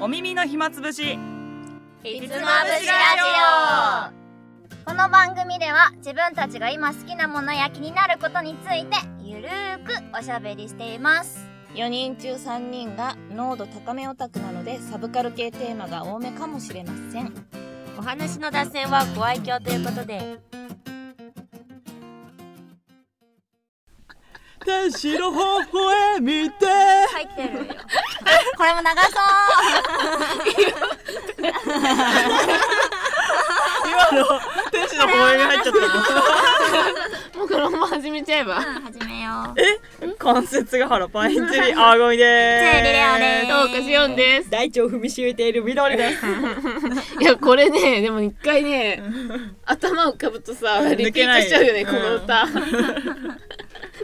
お耳の暇つぶしひつまぶしラこの番組では自分たちが今好きなものや気になることについてゆるーくおしゃべりしています4人中3人が濃度高めオタクなのでサブカル系テーマが多めかもしれませんお話の脱線はご愛嬌ということで天使の微笑みて入ってるよこれも長そう今の天使の微笑み入っちゃっもうこのまま始めちゃえば。始めようたよ関節が原パインツリーあ ごみでチェリレオーすですどうかしよんです。大腸を踏みしめている緑ですいや、これね、でも一回ね、頭をかぶとさ、リピートしちゃうよね、抜こけないの 歌。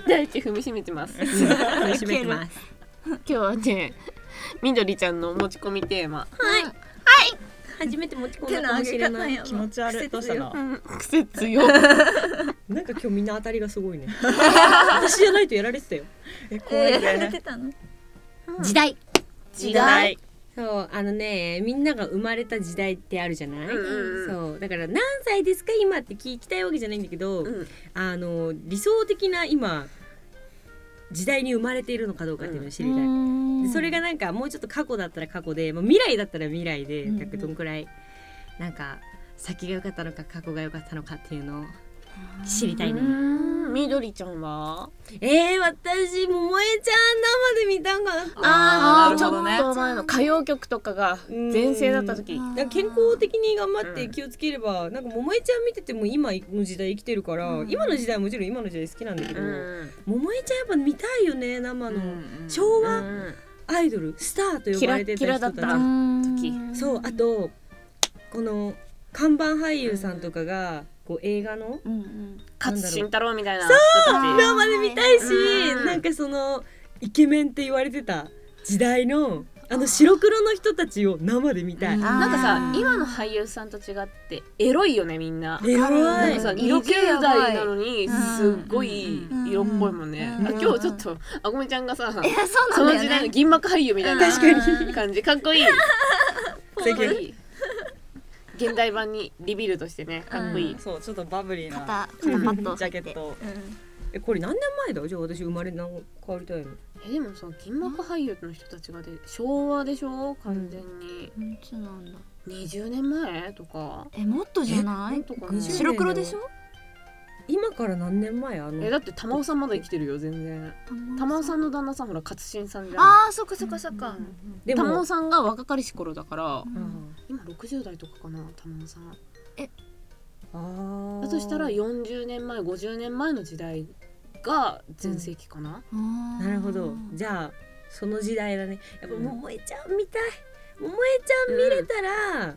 大地踏みしめてます。踏みしめてます今日はね、みどりちゃんの持ち込みテーマ。初めて持ち込んだかもしれない気持ち悪いどうしたの癖強。なんか今日みんな当たりがすごいね私じゃないとやられてたよえ怖いんだよね時代時はいそうあのねみんなが生まれた時代ってあるじゃない、うんうんそうだから何歳ですか今って聞きたいわけじゃないんだけど、うんあの理想的な今時代に生まれているのかどうかっていうのを知りたい、でそれがなんかもうちょっと過去だったら過去で、まあ、未来だったら未来で、なんかどんくらいなんか先が良かったのか過去が良かったのかっていうのを知りたいね、みどりちゃんはえー、私ももえちゃん生で見たんかなあーなるほどねちょっと前の歌謡曲とかが全盛だった時。なんか健康的に頑張っうてん気をつければ、なんか桃江ちゃん見てても今の時代生きてるから、今の時代もちろん今の時代好きなんだけど、うん桃江ちゃんやっぱ見たいよね生の、うん昭う和んアイドルスターと呼ばれてた人たちキラキラだった時そうあとこの看板俳優さんとかがこう映画の勝慎太郎みたいな生人で見たいし、うんなんかそのイケメンって言われてた時代のあの白黒の人たちを生で見たい。なんかさ今の俳優さんと違ってエロいよねみんな。エロないんかさ色気代なのにすっごい色っぽいもんね。うんあ今日ちょっとあごめちゃんがさいやそうそなんだのよ時ね代の銀幕俳優みたいな確か感じかっこいい。世間かっこいい現代版にリビルドしてねかっこいい。そうちょっとバブリーな肩肩パッとジャケットえこれ何年前だじゃあ私生まれ何変わりたいのえでもさ銀幕俳優の人たちがで昭和でしょ完全にいつなんだ20年前とか。えもっとじゃなないんとかえね20白黒でしょ今から何年前あえのだって玉尾さんまだ生きてるよ全然。玉尾さんの旦那さんほら勝新さんじゃん。あーそっかそっかそっかで玉も尾さんが若かりし頃だから、うん今60代とかかな玉尾さんあーだとしたら40年前50年前の時代が全盛期かな、ななるほどじゃあその時代だねやっぱ桃江ちゃん見たい桃江ちゃん見れたら、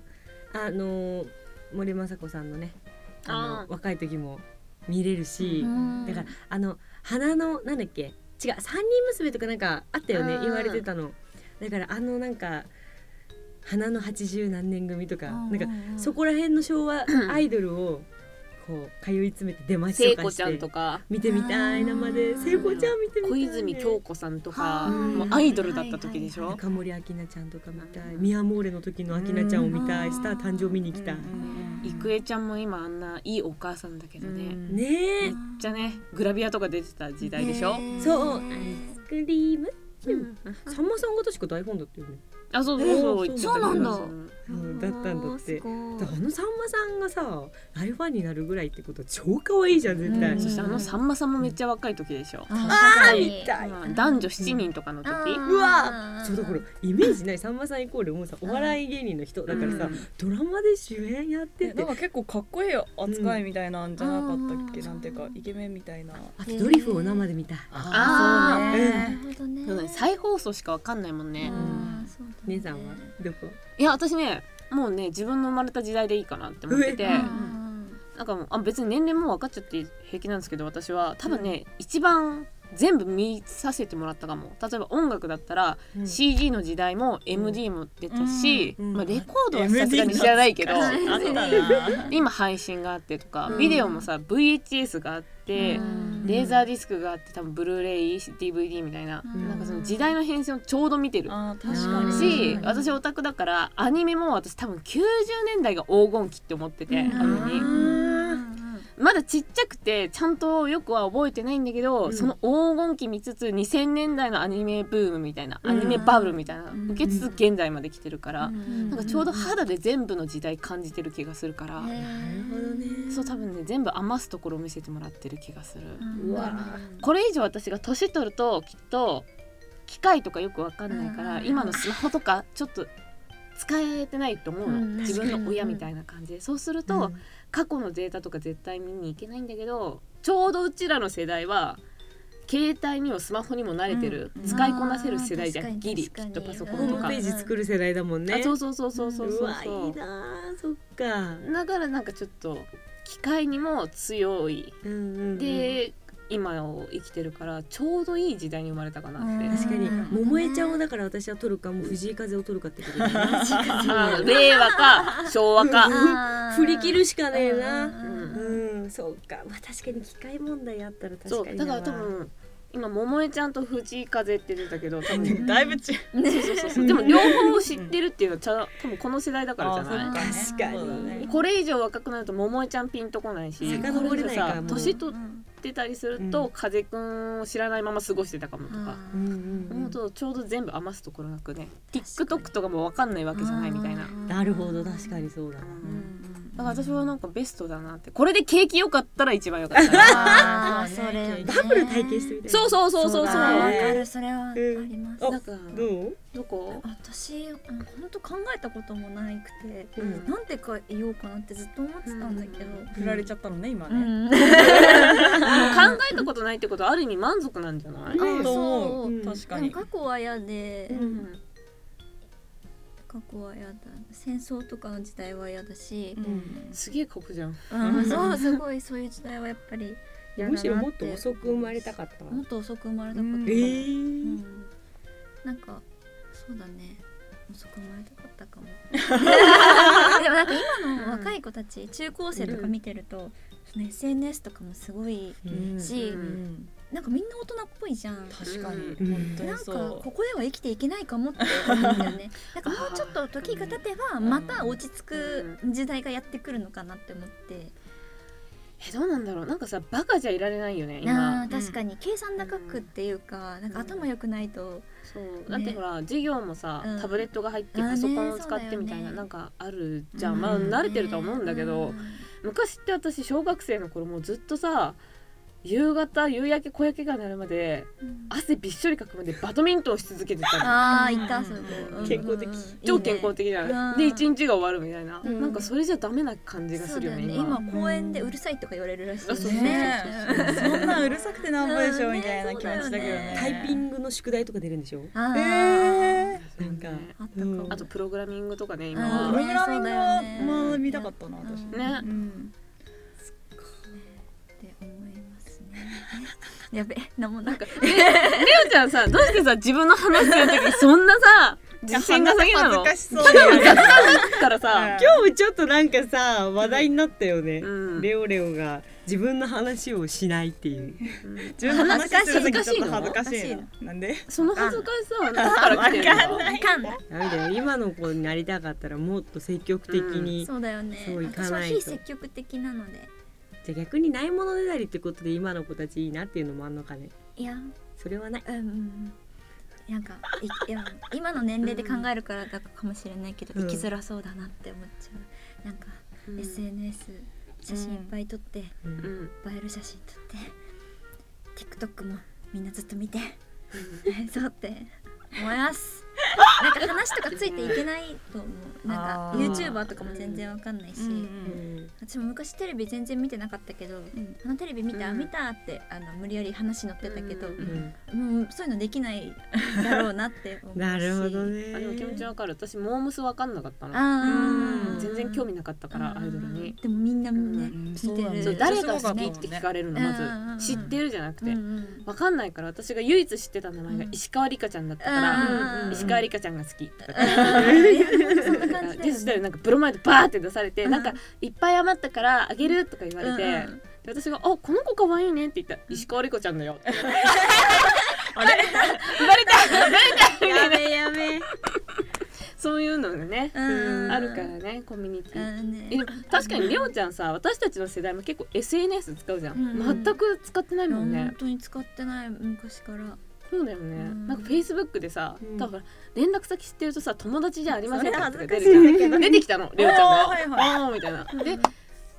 あの森昌子さんのねあのあー若い時も見れるし、うんだからあの花のなんだっけ違う三人娘とかなんかあったよねうん言われてたのだからあのなんか花の八十何年組とかなんかそこら辺の昭和アイドルをこう通い詰めて出まし聖と子かしちゃんてとか見てみたい生で聖子ちゃん見てみたい小泉京子さんとか、うんもうアイドルだった時でしょ、中森明菜ちゃんとか見たいミヤモーレの時の明菜ちゃんを見たういんスター誕生見に行きたい郁恵ちゃんも今あんないいお母さんだけどね、ねめえっちゃねグラビアとか出てた時代でしょ、そうアイスクリームうんさんまさんが確か台本だったよねあそうそうそう、え言ーってたそうなんだうんだったんだってごいだからあのさんまさんがさ大ファンになるぐらいってことは超可愛いじゃん絶対、うんそしてあのさんまさんもめっちゃ若い時でしょ、あーみたいまあ男女7人とかの時、うわそうだからイメージないさんまさんイコールもうさお笑い芸人の人だからうさ、んドラマで主演やっててなんか結構かっこいい扱いみたいなんじゃなかったっけ、うんなんていうかイケメンみたいなあとドリフを生で見たいあーそーうねなるほどねそうだね再放送しかわかんないもんね、うんそうだね姉さんはどこいや私ねもうね自分の生まれた時代でいいかなって思っててううんなんかもうあ別に年齢もう分かっちゃって平気なんですけど私は多分ね、一番全部見させてもらったかも例えば音楽だったら、うん CG の時代も MD も出たし、うんまあ、レコードは MD さすがに知らないけど懐かしいあったな今配信があってとか、うんビデオもさ VHS があって、うんレーザーディスクがあって多分ブルーレイ DVD みたいな,、んなんかその時代の変遷をちょうど見てるあー確確かかににし私オタクだからアニメも私多分90年代が黄金期って思ってて、うんアニメにまだちっちゃくてちゃんとよくは覚えてないんだけど、うんその黄金期見つつ2000年代のアニメブームみたいなうんアニメバブルみたいな、ん受けつつ現在まで来てるから、んなんかちょうど肌で全部の時代感じてる気がするから、なるほどねそう多分ね全部余すところを見せてもらってる気がする、うわこれ以上私が年取るときっと機械とかよくわかんないから、うん今のスマホとかちょっと使えてないと思うの、うん自分の親みたいな感じでそうすると、過去のデータとか絶対見に行けないんだけどちょうどうちらの世代は携帯にもスマホにも慣れてる、うん使いこなせる世代じゃあーんギリき確かっにとパソコホンとームか、ページ作る世代だもんねあそうそうそうそうそうそううわいそういなあそっかだからなんかちょっと機械にも強いうんうんうんで、今を生きてるからちょうどいい時代に生まれたかなって、うん確かにうん桃江ちゃんをだから私は取るかもう藤井風を取るかってことだよ ね あ令和か昭和か、振り切るしかねえなうんうんそうかまあ確かに機械問題あったらそ確かうにだから多分今桃江ちゃんと藤井風って出たけど多分だいぶ違うそうそうそうそうでも両方を知ってるっていうのはちゃう多分この世代だからじゃあないそ確かそうだにねこれ以上若くなると桃江ちゃんピンとこないし遡れないかこれ以上さもう年取ってたりすると、うん風くんを知らないまま過ごしてたかもとか、うんうん思ううんとちょうど全部余すところなくね TikTok とかも分かんないわけじゃないみたいな、なるほど確かにそうだだから私はなんかベストだなってこれで景気良かったら一番良かったあーそうそだねれダブル体験してみ たいなそうそうそうそうそあうだーわねかるそれはありますうんなんかどうどこ私本当考えたこともないくて、うんなんてか言おうかなってずっと思ってたんだけど、振られちゃったのね今うね、ん考えたことないってことはある意味満足なんじゃない、うん、と思、そううん確かでもに過去は嫌で、うん過去は嫌だ戦争とかの時代は嫌だし、うんすげえ酷じゃん。うんそうすごいそういう時代はやっぱり嫌だなってむしろもっと遅く生まれたかったもっと遅く生まれたことうんが、えうんーなんかそうだね遅く生まれたかった かもでもなんか今の若い子たち、中高生とか見てると、その SNS とかもすごいし、うんうんなんかみんな大人っぽいじゃん。確かに、うん本当なにんかそうここでは生きていけないかもって思うんだよ ね。なんかもうちょっと時が経てばまた落ち着く時代がやってくるのかなって思って。えどうなんだろう。なんかさバカじゃいられないよねな今。あ確かに計算高くっていうかなんか頭良くないと。そうだってほら、授業もさうんタブレットが入ってあーねパソコンを使ってみたいな、そうだよねなんかあるじゃん。うんまあ慣れてるとは思うんだけど、昔って私小学生の頃もうずっとさ夕方夕焼け小焼けが鳴るまでうん汗びっしょりかくまでバドミントンし続けてたの。ああいたそこうん健康的うんうん超健康的じゃうんない。で一日が終わるみたいな、うんなんかそれじゃダメな感いいじねがそすうるだよよねね今。今公園でうるさいとか言われるらしいあそうそうそうねそうそんなうるさくてなんぼでしょみたいな気持ちだけどねタイピングの宿題とか出るんでしょあえーえそうなんかねあったかもあとプログラミングとかね今ー、はプログラミングはねそうだよねまあ見たかったな私、うんねうん、って思いますね。やべ、なんもなんかレオちゃんさどうしてさ自分の話する時そんなさ自信が下げなの恥ずかしそうに雑談だからさ、今日ちょっとなんかさ話題になったよね、うんレオレオが自分の話をしないっていう自分の話する時ちょっと恥ずかしいのなんでその恥ずかしさは何から来てるのわかんないかんだ。ダメだよ今の子になりたかったらもっと積極的に、じそうだよね。そういか私はないと非積極的なので、ゃあ逆にないものねだりってことで今の子たちいいなっていうのもあんのかねいや、それはないうんうん。なんかいいや今の年齢で考えるからだかもしれないけど、うん生きづらそうだなって思っちゃう。なんか、うん SNS 写真いっぱい撮って、映うんうんえる写真撮って、TikTok もみんなずっと見て、 そうって思います。なんか話とかついていけないと思う。なんかあー YouTuber とかも全然わかんないし。うん私も昔テレビ全然見てなかったけど、あのテレビ見た、うん見たってあの無理やり話載ってたけど、うんうんもうそういうのできないだろうなって思うしなるほどねあでも気持ちわかる私モームスわかんなかったのあ全然興味なかったからアイドルにでもみんなみんな、う見てるそううん誰が好きって聞かれるのうんうんうまんず知ってるじゃなくうんてうんわかんないから私が唯一知ってた名前が石川梨花ちゃんだったかうんらうんうん石川梨花ちゃんが好きとかそんな感じだでよそしたねらなんかブロマイドバーって出されて、うんなんかいっぱい余ったからあげるとか言われて、うんうんで私が「あこの子可愛いね」って言ったら「石川莉子ちゃんだ よ」やべや べそういうのがねうんあるからねコミュニティうんえねでも確かにレオちゃんさ私たちの世代も結構 SNS 使うじゃん、うんうん全く使ってないもんね本、当に使ってない昔からそうだよね、うんなんか Facebook でさ、うんだから連絡先知ってるとさ友達じゃありませんかとそれか恥出るずかしいじゃん出てきたのレオちゃんがおーはいあーみたいなで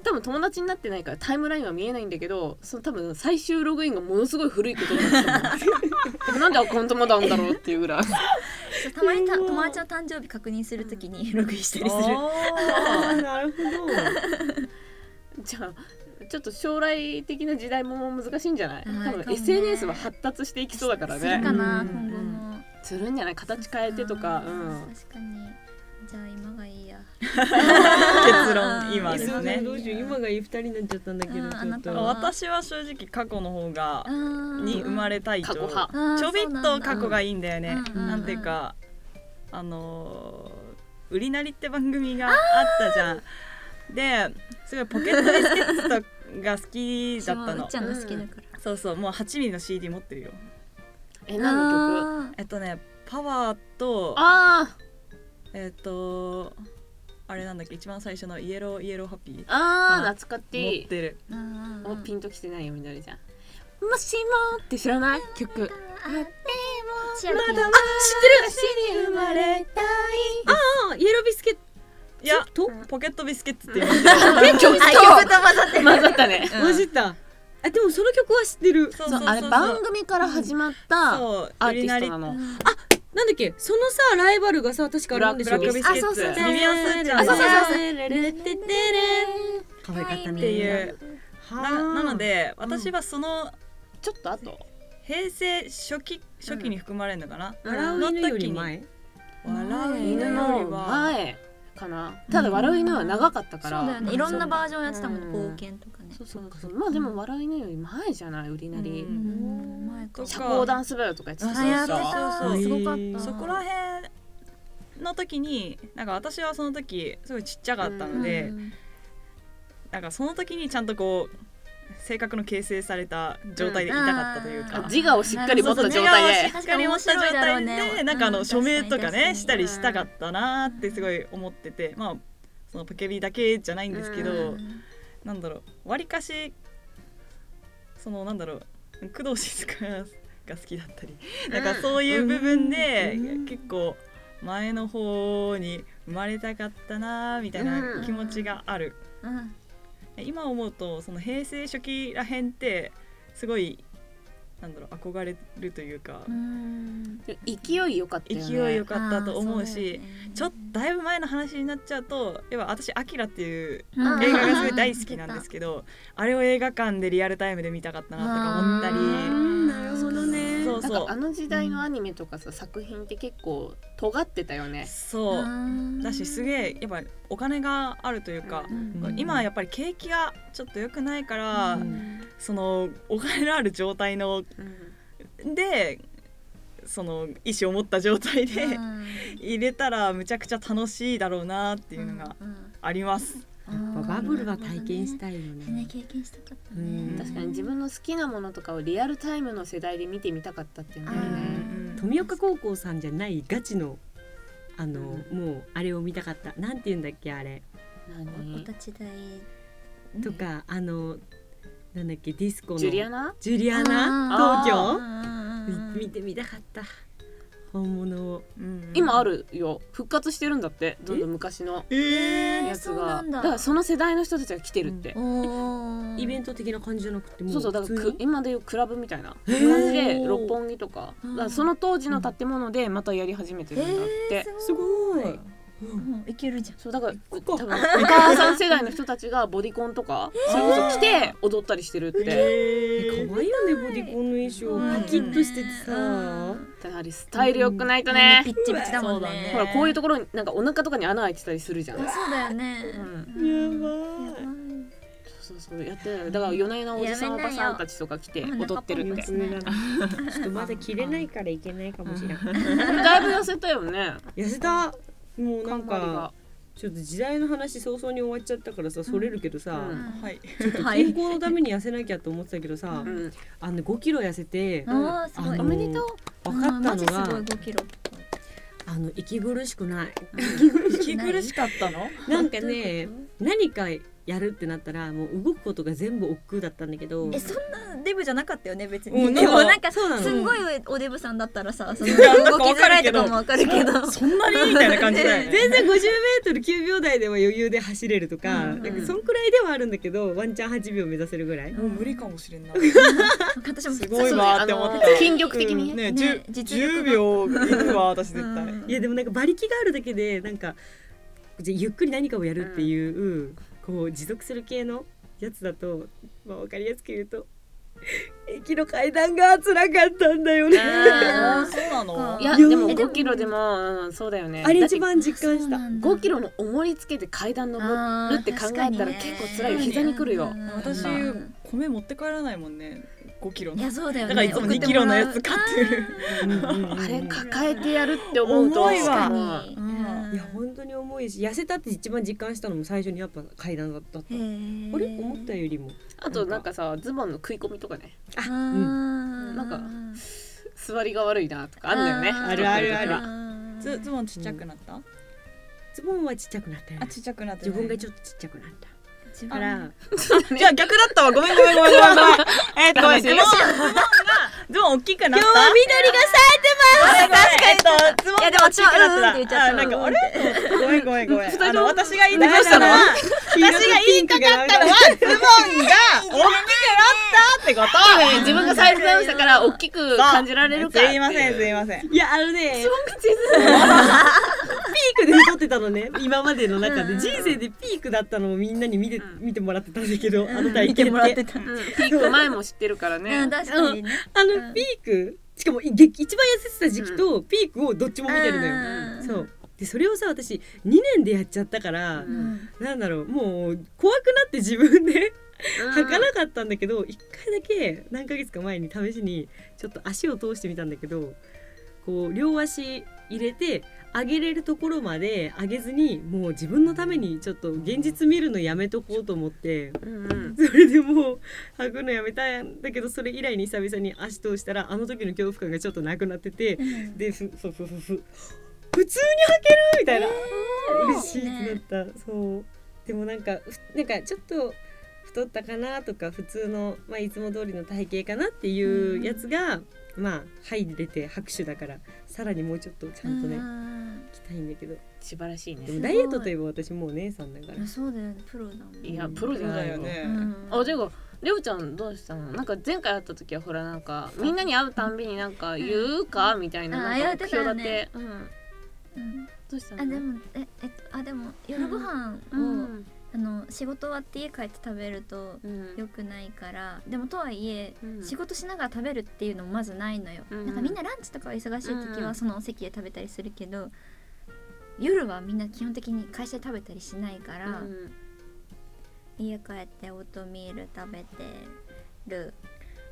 多分友達になってないからタイムラインは見えないんだけどその多分最終ログインがものすごい古いことになってたのなんでアカウントまだあんだろうっていうぐらいそうたまにた友達の誕生日確認するときにログインしたりするーなるほどじゃあちょっと将来的な時代も難しいんじゃなはいい、多かも分ね SNS は発達していきそうだからするねかな、うん今後もするんじゃない形変えてとか、あうーん、確かにじゃあ今がいいや 結論今えでそすうねねどうしよう今がいい二人になっちゃったんだけどうんちあょなったとは私は正直過去の方がに生まれたいと過去派ちょびっと過去がいいんだよねうんなんていうかあのー「売りなり」って番組があったじゃんですごいポケットビスケットが好きだったうのっちゃんの好きだから、そうそうもう8ミリの CD 持ってるよえ何の曲の曲えっとねパワーとあえっとあれなんだっけ一番最初の「イエローイエローハッピーー」ああー懐かし持いってるおピンときてないよみどりちゃんもしもって知らない曲千だ秋私に生まれたあイエロービスケットいやとポケットビスケッツって言われてる曲と混ざって混ざったね混じったあでもその曲は知ってるそうそうそうそうあれ番組から始まったそうア売ーりティなスりトなのなんだっけそのさライバルがさ確かあるんでブしょラックビスケッツビビアンスーちゃんあのそうそうそうっ可愛かったねていうななので私はそのちょっと後平成初期初期に含まれるのかな、笑う犬より前笑う犬犬よりのは前かなただ笑う犬は長かったそかうらだよねいろんなバージョンやってたもんね、うん冒険とかねそうそうそうまあでも笑う犬より前じゃない売りなりううんん前かと社か交ダンス部とかやってたあやってたそうそうすごかったそこら辺の時になんか私はその時すごいちっちゃかったので、うんなんかその時にちゃんとこう性格の形成された状態でいたかったというか、あ自我をしっかり持った状態でしっかり持った状確態かに面白いだろうでねなんかあうのん署名と確かかに確かねにしたりしたかったなーってすごい思っててまあそのポケビだけじゃないんですけど、うんなんだろうわりかしそのなんだろう工藤静香が好きだったりなんかそういう部分でうん結構前の方に生まれたかったなーみたいな気持ちがあるうん今思うとその平成初期らへんってすごいなんだろう憧れるというかうん勢いよかったよね勢いよかったと思うし、あーそだよねちょっとだいぶ前の話になっちゃうと要は私「アキラっていう うん映画がすごい大好きなんですけどあれを映画館でリアルタイムで見たかったなとか思っなるほどねそうなんかあの時代のアニメとかさ、作品って結構尖ってたよたりね。そううだしすげえやっぱお金があるというかう。んうん今はやっぱり景気がちょっと良くないから、うんそのお金のある状態のうんでその意思を持った状態で、ん入れたらむちゃくちゃ楽しいだろうなっていうのがあります。やっぱバブルは体験したいよねね経験したかったうんね確かに自分の好きなものとかをリアルタイムの世代で見てみたかったっていうのはね。富岡高校さんじゃないガチのあのうもうあれを見たかったなんて言うんだっけあれお何立ち台とかあのなんだっけディスコのジュリアナジュリアあナー東あ京京み見てみたかった本物を今あるよ復活してるんだってどんどん昔のえやつそうながんだだからその世代の人たちが来てるって、イベンント的な感じじゃなくてもそうそうだから普く通に今でいうクラブみたいなへ感じーで六本木とかだからその当時の建物でまたやり始めてるんだって、すごい、うんもういけるじゃんそうだからここ多分お母さん世代の人たちがボディコンとかそれこそ来て踊ったりしてるって、え可愛いよねボディコンの衣装うんパキッとしててさ、やはりスタイル良くないとねね、ピッチピチだもんそうだねねほらこういうところになんかお腹とかに穴開いてたりするじゃん、あそうだよねうん、やばいそうそうそうやってるだから夜な夜なおじさんおばさんたちとか来て踊ってるってちょっとまだ着れないからいけないかもしれないだいぶ痩せたよね痩せたもうな頑ん張りかがちょっと時代の話早々に終わっちゃったからさそれるけどさ、うんはい健康のために痩せなきゃと思ってたけどさ、うんあの5キロ痩せて、あーすごいあおのめでとう分かったのあーマジすごいが5キロあの息苦しくない息苦しかったのなんかどういね何かやるってなったらもう動くことが全部億劫だったんだけどえそんなデブじゃなかったよね別うにんでもなんかそうなすのんごいおデブさんだったらさそのやなん動かきわづからいるけとどかもわかるけどそんなにみたいな感じだよね全然 50m9 秒台では余裕で走れるとか,、うんうんなんかそんくらいではあるんだけどワンチャン8秒目指せるぐらい、もう無理かもしれん な私もすごいそうわーあって思っのた筋力的にねねね十実力10が秒いくわ私絶う対んいやでもなんか馬力があるだけでなんかじゃゆっくり何かをやるっていう、こう持続する系のやつだと、まあ、わかりやすく言うと 駅の階段が辛かったんだよね。ああーそうなのいやいやでもえでも5キロでもうんそうだよねあれだっ一て番実感した。 5キロの重りつけて階段登るって考えたらあー結構辛いよ膝にくるようんうんうん私まあ米持って帰らないもんね5キロいのやそうだよねだからいつも2キロのやつ買ってるああれ抱えてやるって思うと重いわうんうんいや本当に重いし痩せたって一番実感したのも最初にやっぱ階段だった。あれ思ったよりもあとなんかさズボンの食い込みとかねたなんか座りが悪いなとかあるんだよねあーあるあるあるズズボンちっちゃくなったズボンはちっちゃくなったよあね。ちっちゃくなって自分がょちょっとちっちゃくなった。自あ分らじゃあ逆だったわごめんごめんごめんご めんごめんえっとダメズボンがズボン大きくなった確えっとズボンいがや大きくなでもうんうんってっ言ったちゃあったなんかあれごめんごめんごめん人あのの私が言いたかったのは私が言いたかったのはズボンが大きくなったってことね自分がサイズダウンしたから大きく感じられるかすいませんすいませんいやあのねピークで太ってたのね今までの中で人生でピークだったのをみんなに見てうん見てもらってたんだけどあのか体見てもらっ験っててたうんピーク前も知ってるからねうん確かにね あうのんピークしかもい激一番痩せてた時期とピークをどっちも見てるのようんそうでそれをさ私2年でやっちゃったからうんなんだろうもう怖くなって自分でうん履かなかったんだけど1回だけ何ヶ月か前に試しにちょっと足を通してみたんだけどこう両足入れて上げれるところまで上げずにもう自分のためにちょっと現実見るのやめとこうと思ってうんうんそれでもう履くのやめたんだけどそれ以来に久々に足通したらあの時の恐怖感がちょっとなくなっててでふふふふふ普通に履けるみたいな、嬉しいってなったそうでもなんかふなんかちょっと太ったかなとか普通の、まあ、いつも通りの体型かなっていうやつが、まあ入れて拍手だからさらにもうちょっとちゃんとね、ね着たいんだけど素晴らしいでねもダイエットといえば私もうお姉さんだからそうだよねプロだもんいやプロじゃないよねああでもレオちゃんどうしたのなんか前回会った時はほらなんかみんなに会うたんびになんか言うかみたいなあなんか目標だっ言っててうんどうしたのあでもええっとあでも夜ご飯うをんあの仕事終わって家帰って食べるとうん良くないからでもとはいえうん仕事しながら食べるっていうのもまずないのよ、うんなんかみんなランチとかは忙しい時うはんそのお席で食べたりするけど、夜はみんな基本的に会社で食べたりしないかうら、ん家帰ってオートミール食べてる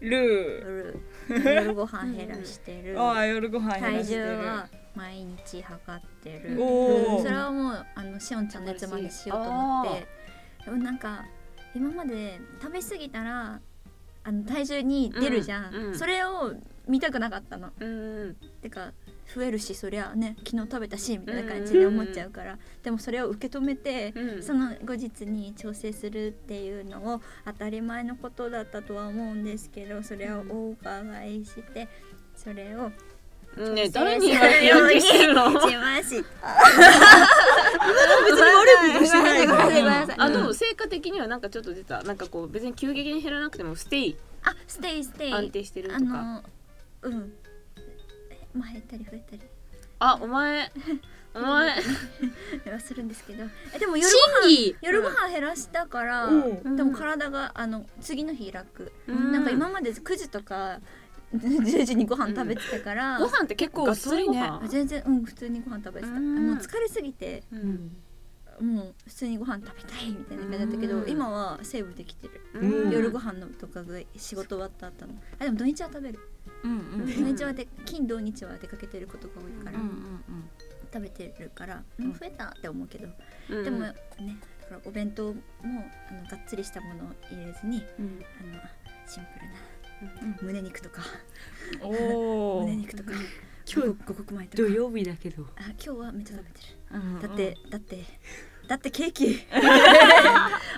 ル る夜ご飯減らしてるーああ夜ご飯減ら体して重るは毎日測ってるおーそれはもうあのしおんちゃんのやつまでしようと思ってでもなんか今まで食べ過ぎたらあの体重に出るじゃん、うんうんそれを見たくなかったのうんてか増えるしそりゃね昨日食べたしみたいな感じで思っちゃうから、でもそれを受け止めて、うんその後日に調整するっていうのを当たり前のことだったとは思うんですけどそれをお伺いしてそれをうんねえ誰に言われてやる気して るのしました 別に悪いことしてないごのめんなさいごめんなよさいあでも成果的にはなんかちょっと出たなんかこう別に急激に減らなくてもステイあステイステイ安定してるとあかのうんまあ減ったり増えたり あお前お前はするんですけどえでも夜審議夜ご飯減らしたから、うんでも体があの次の日楽、うんなんか今まで9時とか 10時にご飯食べてたから、ご飯って結構がっつりご飯あ全然うん普通にご飯食べてた、うんもう疲れすぎてうんもう普通にご飯食べたいみたいな感じだったけど、うん今はセーブできてる、うん夜ご飯のとかが仕事終わった後のあでも土日は食べるうんうん土日はで金土日は出かけてることが多いから、うんうん食食べてるから、ん増えたって思うけど、うんでもねだからお弁当もあのがっつりしたものを入れずにうんあのシンプルな、胸肉とかおお 胸肉とか今日五穀五穀米とか土曜日だけどあ今日はめっちゃ食べてる、だだってだってだってケーキ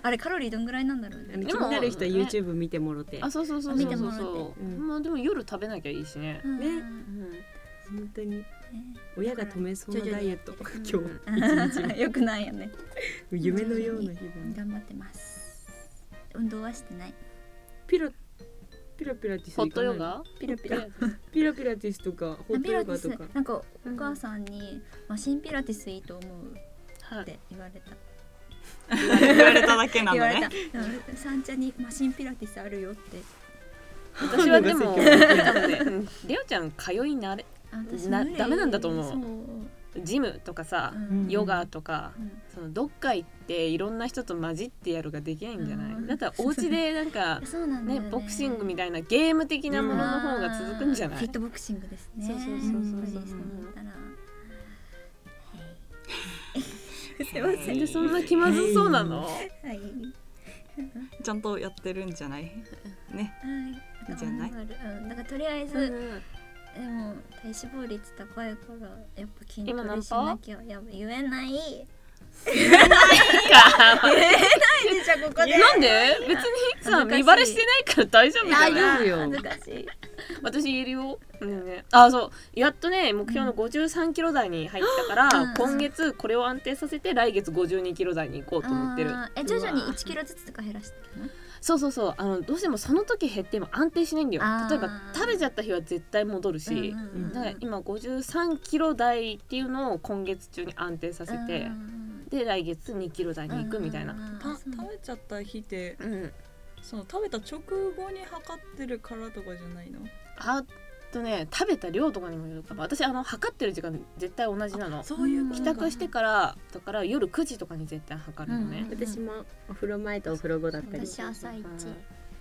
あれカロリーどんぐらいなんだろうあのね気になる人は YouTube 見てもろてあ本そうそうそうそうそう見てもらっそう、うんまあでも夜食べなきゃいいしね、うんねね当に親が止めそうなダイエット徐々に今 日一日 よくないよね目夢のような日々頑張ってます運動はしてないピラピラピラティスホ行ットかないヨガピロピロピラピラティスとかホットピラヨティガスとかなんかお母さんに「マシンピラティスいいと思う」はっいて言われた言われただけなの言われねたうん三茶にマシンピラティスあるよって 私はでも反応多分ね レオちゃん通い慣れあ私な無理ダメなんだと思うそうジムとかさ、うんヨガとか、うんそのどっか行っていろんな人と混じってやるができないんじゃない、うんだったらお家でなん かそうなんだねよねボクシングみたいなゲーム的なものの方が続くんじゃなフィいッ、トボクシングですね。そうそうそうそうそやっぱりうそうなったらなんでそんな気まずそうなの、はい。ちゃんとやってるんじゃないねはい。じゃない頑張るうん、だからとりあえず、うんでも体脂肪率高いからやっぱ筋今ト何レパしなきゃやばい言えない。言 えないでしょここで。なんで別にさ恥ずかしい見バレしてないから大丈夫じゃ大ない丈夫よ恥ずかしい。私言えるよ、うんね、あそうやっとね目標の53キロ台に入ったから、うん今月これを安定させて来月52キロ台に行こうと思ってるあーえ徐々うにわ一キロずつとか減らしてるの？そうそうそうあのどうしてもその時減っても安定しないんだよあー例えば食べちゃった日は絶対戻るし、うんうんうんだから今53キロ台っていうのを今月中に安定させて、うんで来月2キロ台に行くみたいな、うんうんうんた食べちゃった日ってうん、その食べた直後に測ってるからとかじゃないのあとね食べた量とかにもよるかも私あの測ってる時間絶対同じなのそういうこ帰と宅してからだから夜9時とかに絶対測るのね、私もお風呂前とお風呂後だったり私朝一。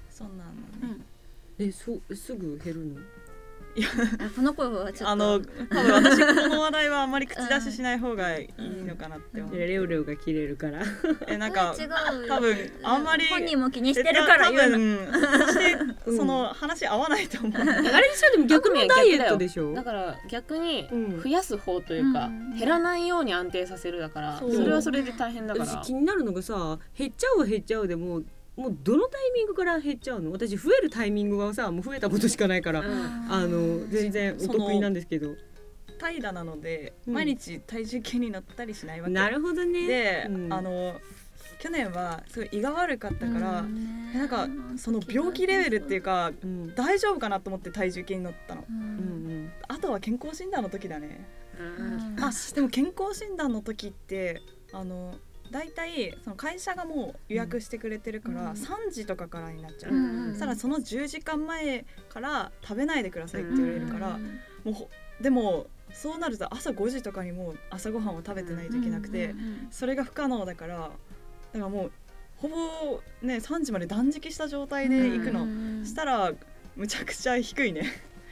そんなのね、えそうすぐ減るのあこの子はちょっとあの多分私この話題はあんまり口出ししない方がいいのかなって思う、いやレオレオが切れる からえなんかえ違うよ多分あんまり本人も気にしてるから多言うの分 してその話合わないと思う、えあれでしょでも逆にはダイエ逆ッだトよでしょだから逆にうん増やす方というか、うん減らないように安定させるだからそそうれはそれで大変だから私気になるのがさ減っちゃうは減っちゃうでもうもうどのタイミングから減っちゃうの私増えるタイミングはさもう増えたことしかないから、うんあの全然お得意なんですけど平らなので、うん毎日体重計に乗ったりしないわけなるほどねで、うんあの去年はすごい胃が悪かったから、うんなんかその病気レベルっていうかうんうん大丈夫かなと思って体重計に乗ったのううんんあとは健康診断の時だねうんあでも健康診断の時ってあの大体その会社がもう予約してくれてるかうらん3時とかからになっちゃう、うんそしたらその10時間前から食べないでくださいって言われるから、うんもうほでもそうなると朝5時とかにもう朝ごはんを食べてないといけなくて、うんそれが不可能だからだからもうほぼね3時まで断食した状態で行くの、うんしたらむちゃくちゃ低いね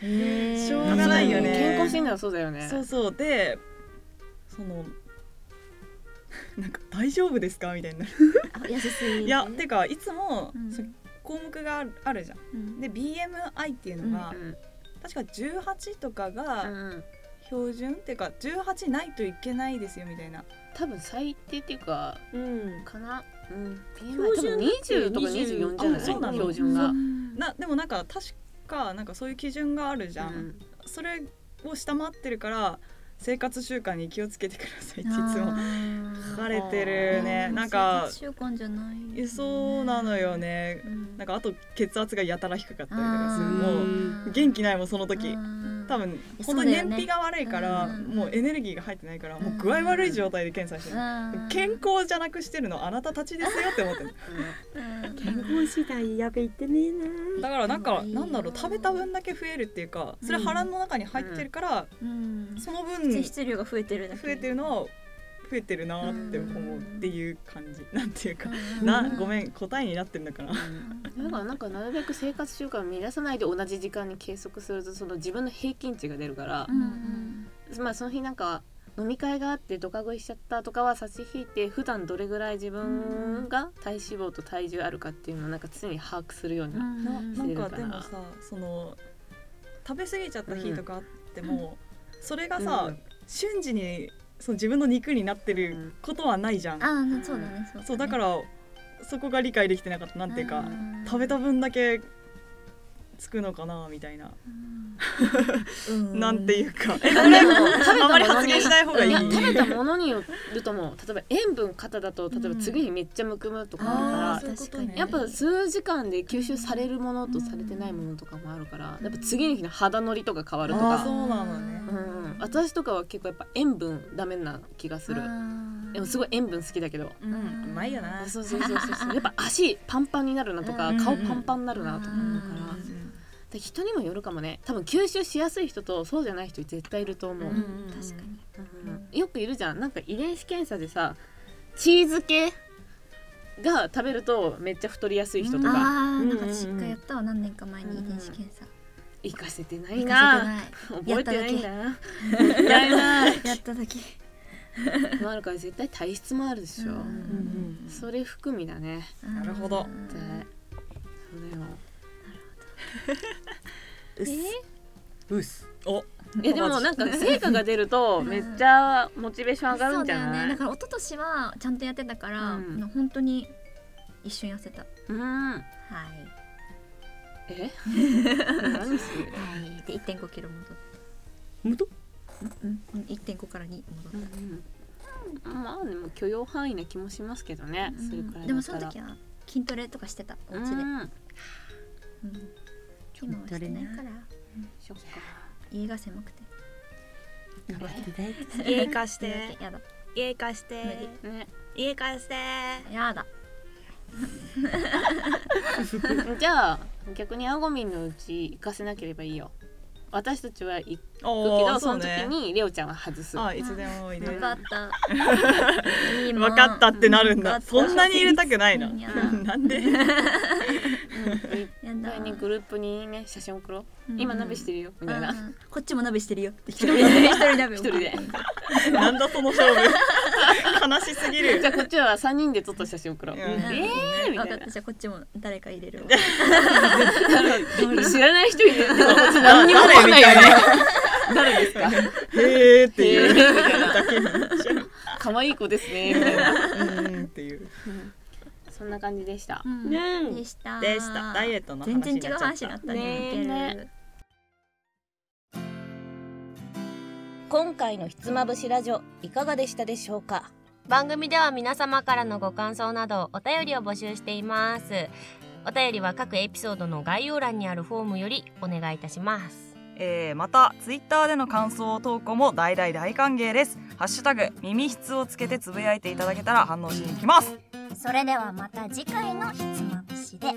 へーしょうがないよね健康診断はそうだよねそうそうでその なんか大丈夫ですかみたいになるあ痩せすぎいやてかいつも、うんそう項目があるあるじゃんうんで BMI っていうのが、うん確か18とかうがん標準、っていうか18ないといけないですよみたいな多分最低っていうかうんかな、うん、標標準準だって20とか24じゃあないそうなの標準が、なでもなんか確かなんかそういう基準があるじゃん、うんそれを下回ってるから生活習慣に気をつけてくださいっていつも書疲かれてるねなんか習慣じゃないよね、えそうなのよねうんなんかあと血圧がやたら低かったりとかするあーもうう元気ないもんその時多分本当に燃費が悪いから、そうだよねうんもうエネルギーが入ってないからもう具合悪い状態で検査してる、健康じゃなくしてるのあなたたちですよって思ってる健康診断やべ言ってねえな だからなんかいいよなんだろう食べた分だけ増えるっていうかそれ腹の中に入ってるから、うんその分うん、質量が増えてるだけ増えてるのは増えてるなって思うっていう感じ、なんていうか、なごめん答えになってるんだから、だからなんかなるべく生活習慣を乱さないで同じ時間に計測するとその自分の平均値が出るからう、んまあその日なんか飲み会があってドカ食いしちゃったとかは差し引いて普段どれぐらい自分が体脂肪と体重あるかっていうのをなんか常に把握するように、なうんなんかでもさその食べ過ぎちゃった日とかあっても、それがさ、うん瞬時にその自分の肉になってることはないじゃん、あーそうだねそうだねそうだからそこが理解できてなかったなんていうか、うん食べた分だけつくのかなみたいな、なんていう かえこれあまり発言しない方がいいいや食べたものによるとも例えば塩分肩だと例えば次にめっちゃむくむとかああーるから、そういうことねやっぱ数時間で吸収されるものとされてないものとかもあるから、やっぱ次の日の肌のりとか変わるとあーそか、うなのねうんうん、私とかは結構やっぱ塩分ダメな気がするでもすごい塩分好きだけどうんうまいよなそうそうそうそうそうやっぱ足パンパンになるなとか、うん顔パンパンになるなとか思うから、うんで人にもよるかもね多分吸収しやすい人とそうじゃない人絶対いると思う、うんうんうん確かにうんよくいるじゃんなんか遺伝子検査でさチーズ系が食べるとめっちゃ太りやすい人とあかあうんうんなうんんか実家やったわ何年か前に遺伝子検査行かせてな行いなか覚えてないんだな せて痛いなないやっただけもあるから絶対体質もあるでしょ、それ含みだねなるほど絶対そうだようっすおいやでもなんか成果が出 るとめっちゃモチベーション上がるんじゃそうだよなねいだから一昨年はちゃんとやってたから、うんな本当に一瞬痩せたはうんいえ何するはいで1 5キロ戻っむとうんうん1.5から2戻ったうんまあでも許容範囲な気もしますけどね、それくらいだったらでもその時は筋トレとかしてたお家で、うんうん今はしてないからそっか家が狭くて 家貸しやてだやだ家貸してね、 家貸してやだじゃあ逆にあごみんのうち行かせなければいいよ私たちは行くけおどーそそうの時ねにレオちゃんは外すあいつでもいい分ねかった いいの分かったってなるんわかだったそんなに入れたくないないやなんでやそだれにグループにね写真送ろう、今鍋してるよみたいな、うんこっちも鍋してるよ 一人で一人鍋を一人でなんだその勝負悲しすぎるじゃあこっちは三人で撮った写真送ろう、うんえーみた分かいなったじゃあこっちも誰か入れるわ知らない人いるけど何にもわかんないよね誰ですかへーってへー みいうたいなだけになっちゃう 可愛い子ですねみたいなうーんっていうそんな感じでした、うんねんでしたでしたダイエットの話全に然違なうっ話ちにゃなっったたねねいける今回のひつまぶしラジオいかがでしたでしょうか番組では皆様からのご感想などお便りを募集していますお便りは各エピソードの概要欄にあるフォームよりお願いいたしますえーまたツイッターでの感想投稿も大大大歓迎ですハッシュタグ耳質をつけてつぶやいていただけたら反応しに行きますそれではまた次回のひつまぶしで